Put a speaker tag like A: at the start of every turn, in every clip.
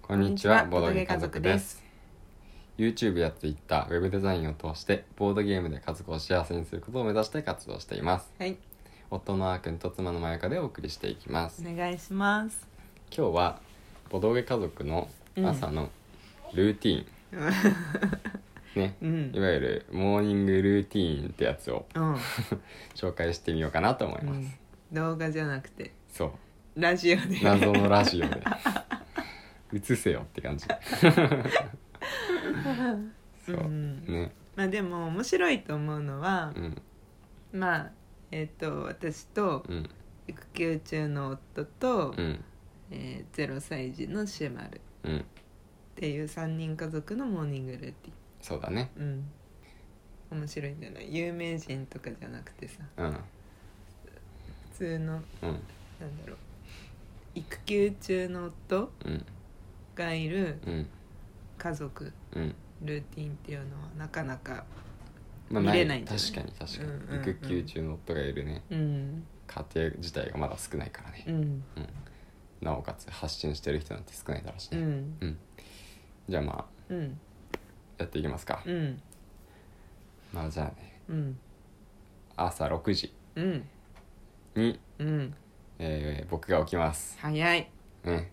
A: こんにちは、ボードゲー家族です。。YouTube や Twitter、Web デザインを通して、ボードゲームで家族を幸せにすることを目指して活動しています。
B: はい、
A: 夫のあーくんと妻のまやかでお送りしていきます。
B: お願いし ます。
A: 今日は、ボードゲー家族の朝のルーティーン、ね、
B: うん
A: い。わゆるモーニングルーティーンってやつ を
B: うん、
A: 紹介してみようかなと思いうます。
B: ん動画じゃなくて、
A: そう。
B: ラジオで。
A: 謎のラジオで映せよって感 じそう、
B: うん
A: ね
B: まあ、でも、面白いと思うのは
A: う、ん
B: まあ、えっ、と、私と
A: うん
B: 育休中の夫と。
A: うん
B: えーゼロ歳児のシュマルっ
A: うん
B: ていう三人家族のモーニングルーティ
A: そうだね
B: ン。うん。面白いんじゃない、有名人とかじゃなくてさ、
A: うん
B: 普通の、
A: うん
B: なんだろう。育休中の夫
A: うん
B: がいる
A: うん
B: 家族。
A: うん
B: ルーティンっていうのはなかなか
A: まあ
B: 見れないんじゃない
A: 確かに確かに、
B: うんうんうん
A: 育休中の夫がいるね
B: うん
A: 家庭自体がまだ少ないからね
B: う、ん
A: なおかつ発信してる人なんて少ないだろうし
B: う
A: ね、
B: ん
A: じゃあまあ
B: うん
A: やっていきますか、
B: うん
A: まあじゃあね
B: うん
A: 朝6時
B: うん
A: に、
B: うん
A: えー僕が起きます
B: 早い
A: ね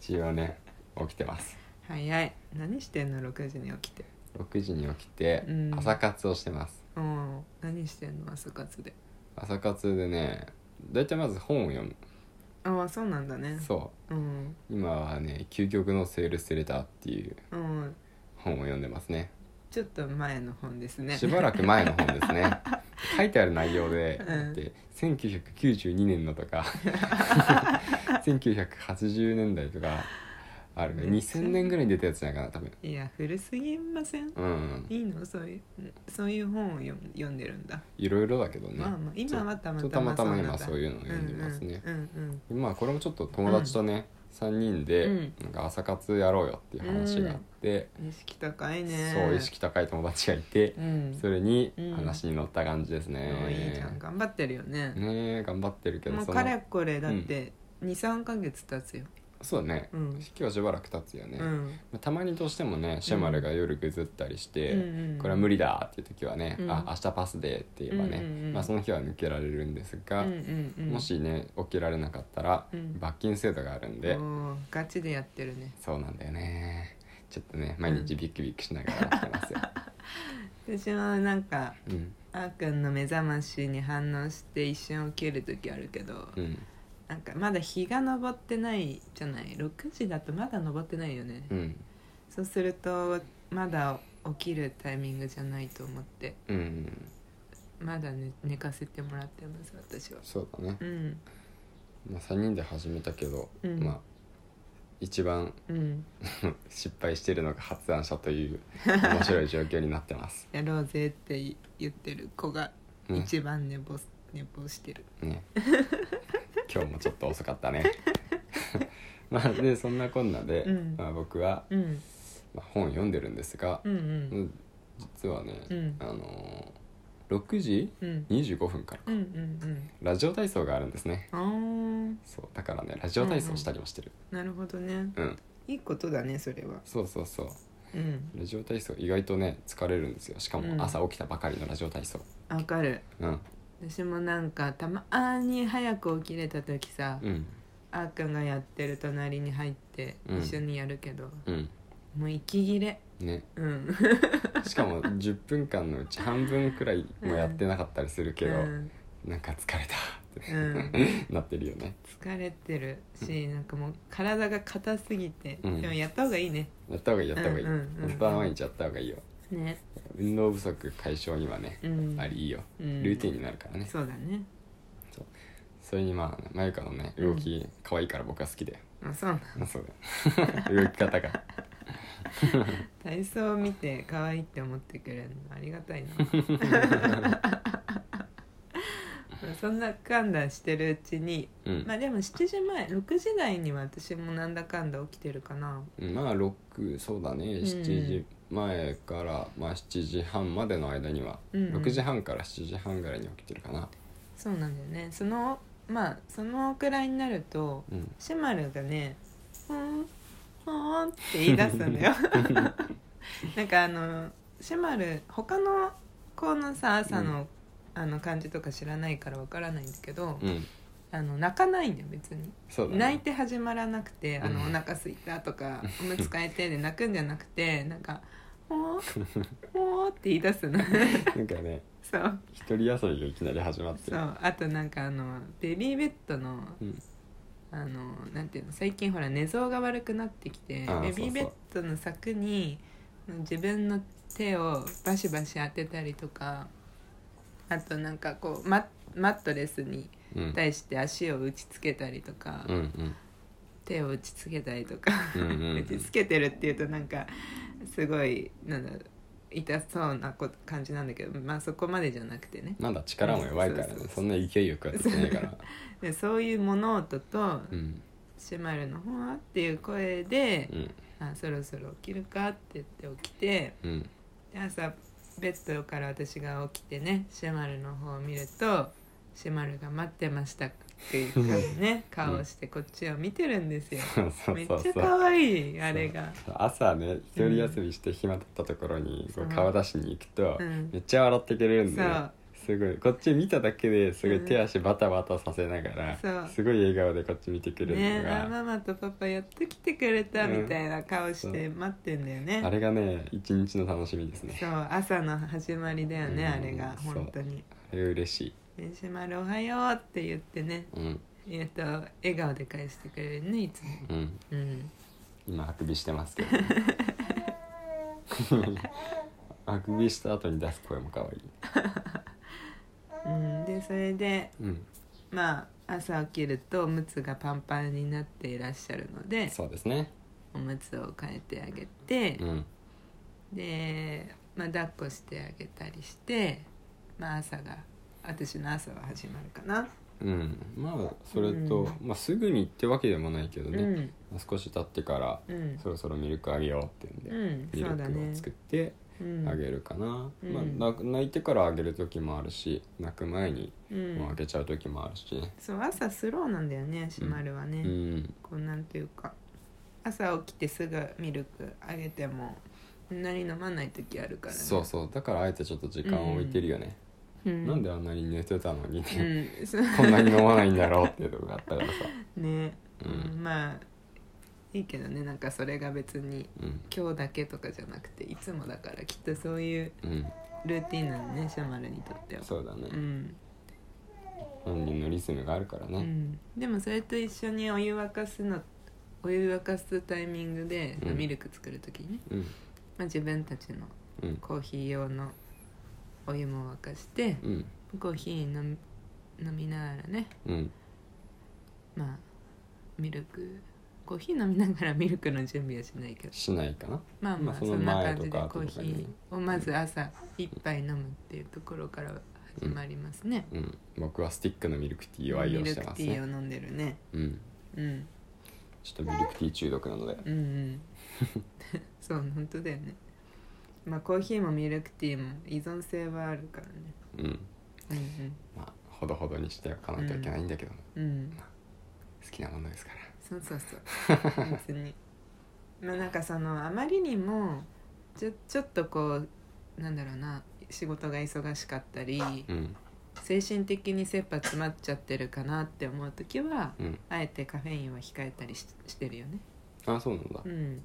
A: 一応ね起きてます
B: 早い何してんの6時に起きて
A: 6時に起きて
B: うん
A: 朝活をしてます、
B: うん何してんの朝活で
A: 朝活でね大体まず本を読む、
B: ああそうなんだね
A: そ
B: うん
A: う今はね「究極のセールスレター」っていう
B: うん
A: 本を読んでますね
B: ちょっと前の本ですね
A: しばらく前の本です ね書いてある内容で、
B: うん
A: だって1992年のと か1980年代とかあるね2000年ぐらいに出たやつじゃないかな多分
B: いや古すぎません
A: うんうん
B: いいのそういうそういう本を読む読んでるんだ、
A: いろいろだけどね、
B: まあまあ今はたま
A: そう
B: たま
A: たまたま
B: なんだ
A: 今そういうのを読んでますね、
B: うんうん
A: まあこれもちょっと友達とね、3人で
B: うん
A: なんか朝活やろうよっていう話があって、
B: うん、意識高いね
A: そう意識高い友達がいて
B: う、ん
A: それに
B: うん
A: 話に乗った感じですね、
B: もういいじゃん頑張ってるよね
A: ねえ頑張ってるけど
B: もう
A: そ
B: か
A: の
B: れこれだって23か月経つよ、
A: そうだね、
B: うん
A: 今日はしばらく経つよね、
B: う
A: ま
B: ん、
A: あたまにどうしてもねシェマルが夜ぐずったりして、
B: うんうん
A: これは無理だっていう時はね、
B: うん
A: あ明日パスでって言えばね、
B: うんうんうん
A: まあ、その日は抜けられるんですが、
B: うんうんうん、
A: もしね起きられなかったら、
B: うん
A: 罰金制度があるんで、
B: おーガチでやってるね
A: そうなんだよねちょっとね毎日ビクビクしながら起きてますよ、
B: 私はなんか
A: うん、
B: あーくんの目覚ましに反応して一瞬起きる時あるけど、
A: うん
B: なんかまだ日が昇ってないじゃない6時だとまだ昇ってないよね、
A: うん
B: そうするとまだ起きるタイミングじゃないと思って
A: うん
B: まだ、ね、寝かせてもらってます私は
A: そうだね
B: う、ん
A: まあ、3人で始めたけど、
B: うん
A: まあ一番
B: うん
A: 失敗してるのが発案者と いう面白い状況になってます
B: やろうぜって言ってる子が
A: うん
B: 一番寝坊,、寝坊してる
A: ね 今日もちょっと遅かったね まあでそんなこんなで、
B: うん
A: まあ、僕は、
B: うん
A: まあ、本読んでるんですが、
B: うんうん
A: 実はね、
B: うん
A: あのー6時
B: うん
A: 25分から
B: うんうん
A: ラジオ体操があるんですね
B: うんあ
A: そうだからねラジオ体操したりもしてる
B: あなるほどね
A: うん、
B: いいことだねそれは
A: そうそうそう
B: うん
A: ラジオ体操意外とね疲れるんですよしか
B: うん
A: も朝起きたばかりのラジオ体操
B: わかる
A: うん
B: 私もなんかたまに早く起きれた時さ、
A: うん
B: あーくんがやってる隣に入って
A: うん
B: 一緒にやるけど、
A: うん
B: もう息切れ
A: ね
B: うん
A: しかも10分間のうち半分くらいもやってなかったりするけど、
B: うん、
A: なんか疲れた
B: う
A: っ
B: ん、
A: て なってるよね
B: 疲れてるしなんかもう体が硬すぎて、
A: うん
B: でもやった方がいいね
A: やった方がいいやった方がいい、
B: うんうんうん
A: 本当は毎日やった方がいいよ
B: ね
A: 運動不足解消にはね、
B: うん
A: ありいいよ
B: うん
A: ルーティンになるからね、
B: そうだね
A: それにまあまゆかのね動き可愛いから僕は好きで、
B: あそう
A: そうだよ 動き方が
B: 体操を見て可愛いって思ってくれるのありがたいな そんなかんだしてるうちに
A: うん
B: まあでも7時前6時台には私もなんだかんだ起きてるかな
A: まあ6そうだね
B: ん
A: 7時前から、まあ、7時半までの間には、
B: うんうん
A: 6時半から7時半ぐらいに起きてるかな
B: そうなんだよねそのまあそのくらいになると
A: うん
B: シェマルがねうんうんって言い出すんだよなんかあのシェマル他の子のさ朝の,、あの感じとか知らないからわからないんだけど、
A: うん
B: あの泣かないんだよ別に、
A: そうだね
B: 泣いて始まらなくてあの
A: う
B: お
A: ん
B: 腹すいたとかおむつ替えてで泣くんじゃなくてなんか「おーおー」って言い出す の
A: なんかね
B: そう
A: 一人遊びがいきなり始まって
B: そ
A: る
B: うあとなんかあのベビーベッドの
A: うん
B: あのなんていうの最近ほら寝相が悪くなってきて
A: あー
B: ベビーベッドの柵に自分の手をバシバシ当てたりとかあとなんかこうママットレスに
A: うん
B: 対して足を打ちつけたりとか、
A: うんうん
B: 手を打ちつけたりとか、
A: うんうんうん
B: 打ちつけてるっていうとなんかすごいなんだろう痛そうなこ感じなんだけどまあそこまでじゃなくてね
A: なんだ力も弱いから
B: そうそう
A: ね
B: そう
A: そんな勢いよくやってないから
B: でそういう物音と
A: うん
B: シェマルの「ほわ」っていう声で
A: うん
B: 「あそろそろ起きるか」って言って起きて
A: うん
B: で朝ベッドから私が起きてねシェマルの方を見ると「シェマルが待ってました」っていう感じね顔をしてこっちを見てるんですよ。
A: そうそう
B: めっ
A: そう
B: ちゃ
A: そう
B: 可愛いあれが。
A: 朝ね一人休みして暇だったところにこ
B: う
A: うん顔出しに行くと
B: うん
A: めっちゃ笑ってくれるんで
B: そう
A: すごいこっち見ただけですごい
B: うん
A: 手足バタバタさせなが
B: そ
A: ら
B: う
A: すごい笑顔でこっち見てくれる
B: ね
A: の
B: あ
A: が
B: ママとパパやっと来てくれた
A: うん
B: みたいな顔して待ってんだよね、
A: あれがね一日の楽しみですね
B: そう朝の始まりだよね、
A: うん
B: あれが
A: そう
B: 本当に
A: あれ嬉しい
B: 「電子丸おはよう」って言ってね
A: うん
B: えっと笑顔で返してくれるねいつも
A: うん
B: うん
A: 今あくびしてますけ どあくびした後に出す声も可愛い
B: うんでそれで
A: うん
B: まあ朝起きるとおむつがパンパンになっていらっしゃるので
A: そうですね
B: おむつを変えてあげて
A: う、ん
B: で、まあ、抱っこしてあげたりしてまあ朝が私の朝は始まるかな、
A: うんまあそれと、
B: うん
A: まあ、すぐにってわけでもないけど
B: う
A: ね、
B: ん
A: まあ少し経ってから
B: うん
A: そろそろミルクあげようって言
B: う
A: うんで、
B: ん
A: ミ
B: そうだ
A: ルク
B: ね
A: を作って
B: うん
A: あげるかな、
B: うん
A: まあ、泣泣いてからあげる時もあるし泣く前に
B: うん
A: もうあげちゃう時もあるしね
B: そう朝スローなんだよねシマルはね、
A: うん
B: こうなんていうか朝起きてすぐミルクあげてもそんなに飲まない時あるからね
A: そうそうだからあえてちょっと時間を置いてるよね、
B: う、ん、
A: なんであんなに寝てたのにね、
B: うんそう
A: こんなに飲まないんだろうっていうとこがあったからさ、
B: ね、
A: うん
B: まあいいけどねなんかそれが別に
A: うん
B: 今日だけとかじゃなくていつもだからきっとそういう
A: うん、
B: ルーティンなのねシャマルにとっては
A: そうだね
B: う、ん、
A: 本人のリズムがあるから
B: う
A: ね、
B: ん、でもそれと一緒にお湯沸かすのお湯沸かすタイミングで、
A: うん
B: ミルク作る時にね、
A: うん
B: まあ、自分たちの
A: うん
B: コーヒー用のお湯も沸かして
A: うん
B: コーヒー飲み飲みながらね
A: うん
B: まあミルクコーヒー飲みながらミルクの準備はしないけど
A: しないかな
B: まあ
A: ま
B: ま
A: あ
B: あ
A: そ
B: そ
A: の
B: んな感じ
A: 前
B: で
A: と
B: コ
A: か
B: ー
A: 後とかに
B: ヒーをまず朝一杯飲むっていうところから始まりますね、
A: うん僕はスティックのミルクティーを愛
B: ミ
A: 用
B: ル
A: して
B: ク
A: ます
B: ティー
A: ね
B: を飲んでるね
A: うん
B: うん
A: ちょっとミルクティー中毒なので
B: うんうんそう本当だよねまあコーヒーもミルクティーも依存性はあるからね
A: うん
B: うん
A: まあほどほどにしておかないといけないんだけど、
B: うんうん
A: 好きなものですから
B: そうそうそう別に まあなんかそのあまりにもちょちょっとこうなんだろうな仕事が忙しかったり
A: うん
B: 精神的に切羽詰まっちゃってるかなって思う時は
A: うん
B: あえてカフェインは控えたりししてるよね
A: あそうなんだ
B: うん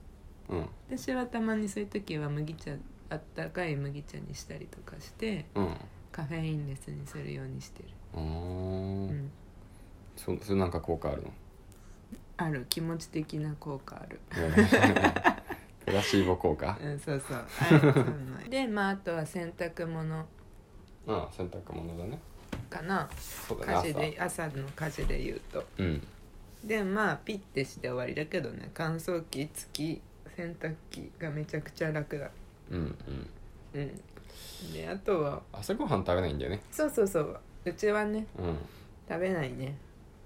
A: うん
B: 私はたまにそういう時は麦茶あったかい麦茶にしたりとかして
A: うん
B: カフェインレスにするようにしてる、
A: あー、
B: うん、
A: そそれなんか効果あるの
B: ある気持ち的な効果ある
A: プラシーボ効果
B: うん、そうそう。あれそうなので、まあ、あとは洗濯物
A: うん洗濯物だね
B: かな。
A: そうだ
B: 家
A: ね
B: 事で、朝の家事で言うと。
A: 朝うん
B: で、まあ、ピッてして終わりだけどね、乾燥機付き洗濯機がめちゃくちゃ楽だ。
A: うんうん
B: うん。で、あとは、
A: 朝ごはん食べないんだよね
B: そうそうそう。うちはね、
A: うん
B: 食べないね。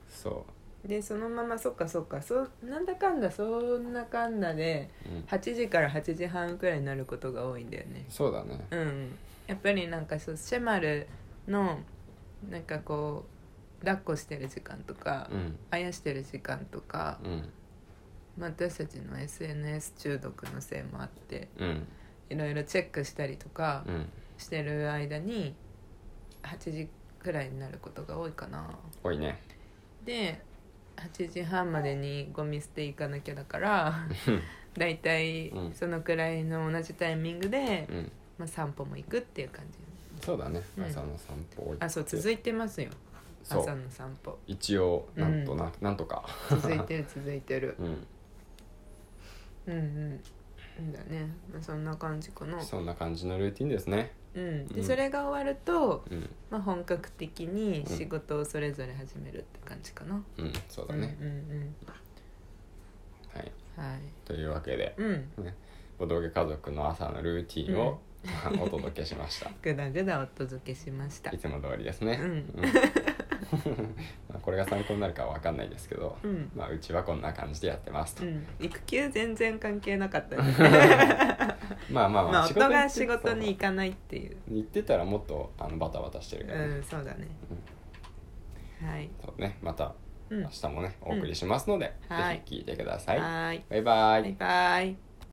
A: そ
B: で、そのまま、そっかそっか、そう、なんだかんだ、そんなかんだで、
A: う、うん、
B: 8時から8時半くらいになることが多いんだよね。
A: そうだね
B: うん、やっぱりなんかそうシェマルのなんかこう抱っこしてる時間とか、
A: うん
B: あやしてる時間とか
A: うん
B: まあ私たちの SNS 中毒のせいもあって
A: うん
B: いろいろチェックしたりとか
A: うん
B: してる間に8時くらいになることが多いかな
A: 多いね
B: で8時半までにゴミ捨て行かなきゃだから
A: うん
B: だいたい
A: うん
B: そのくらいの同じタイミングで、
A: うん
B: まあ、散歩も行くっていう感じ
A: そうだね
B: うん
A: 朝の散歩を
B: あそう続いてますよ
A: そ
B: 朝
A: う
B: の散歩
A: 一応なんとな,、なんとか
B: 続いてる続いてる
A: うん
B: うんうんうんだね、まあ、そんな感じかな
A: そんな感じのルーティンですね
B: うんで
A: うん
B: それが終わると、
A: うん
B: まあ、本格的に仕事をそれぞれ始めるって感じかな、
A: うんそうだね、
B: うんうん
A: はい
B: うんはい
A: というわけで
B: うん
A: ボドゲ家族の朝のルーティンを、ま あお届けしま した
B: ぐだぐだお届けしました
A: いつも通りですね、
B: うん
A: まあこれが参考になるかは分かんないですけど、
B: うん
A: まあ、うちはこんな感じでやってますと、
B: うん、育休全然関係なかったです
A: まあまあ
B: まあ夫が仕
A: 行って
B: 事に行かないっていう
A: 行ってたらもっとあのバタバタしてる
B: う
A: からね、
B: んそうだねはい
A: そうねまた
B: うん
A: 明日もねお送りしますので、
B: うんはい
A: ぜひ聞いてください、
B: はーい
A: バイバイ
B: バイバイ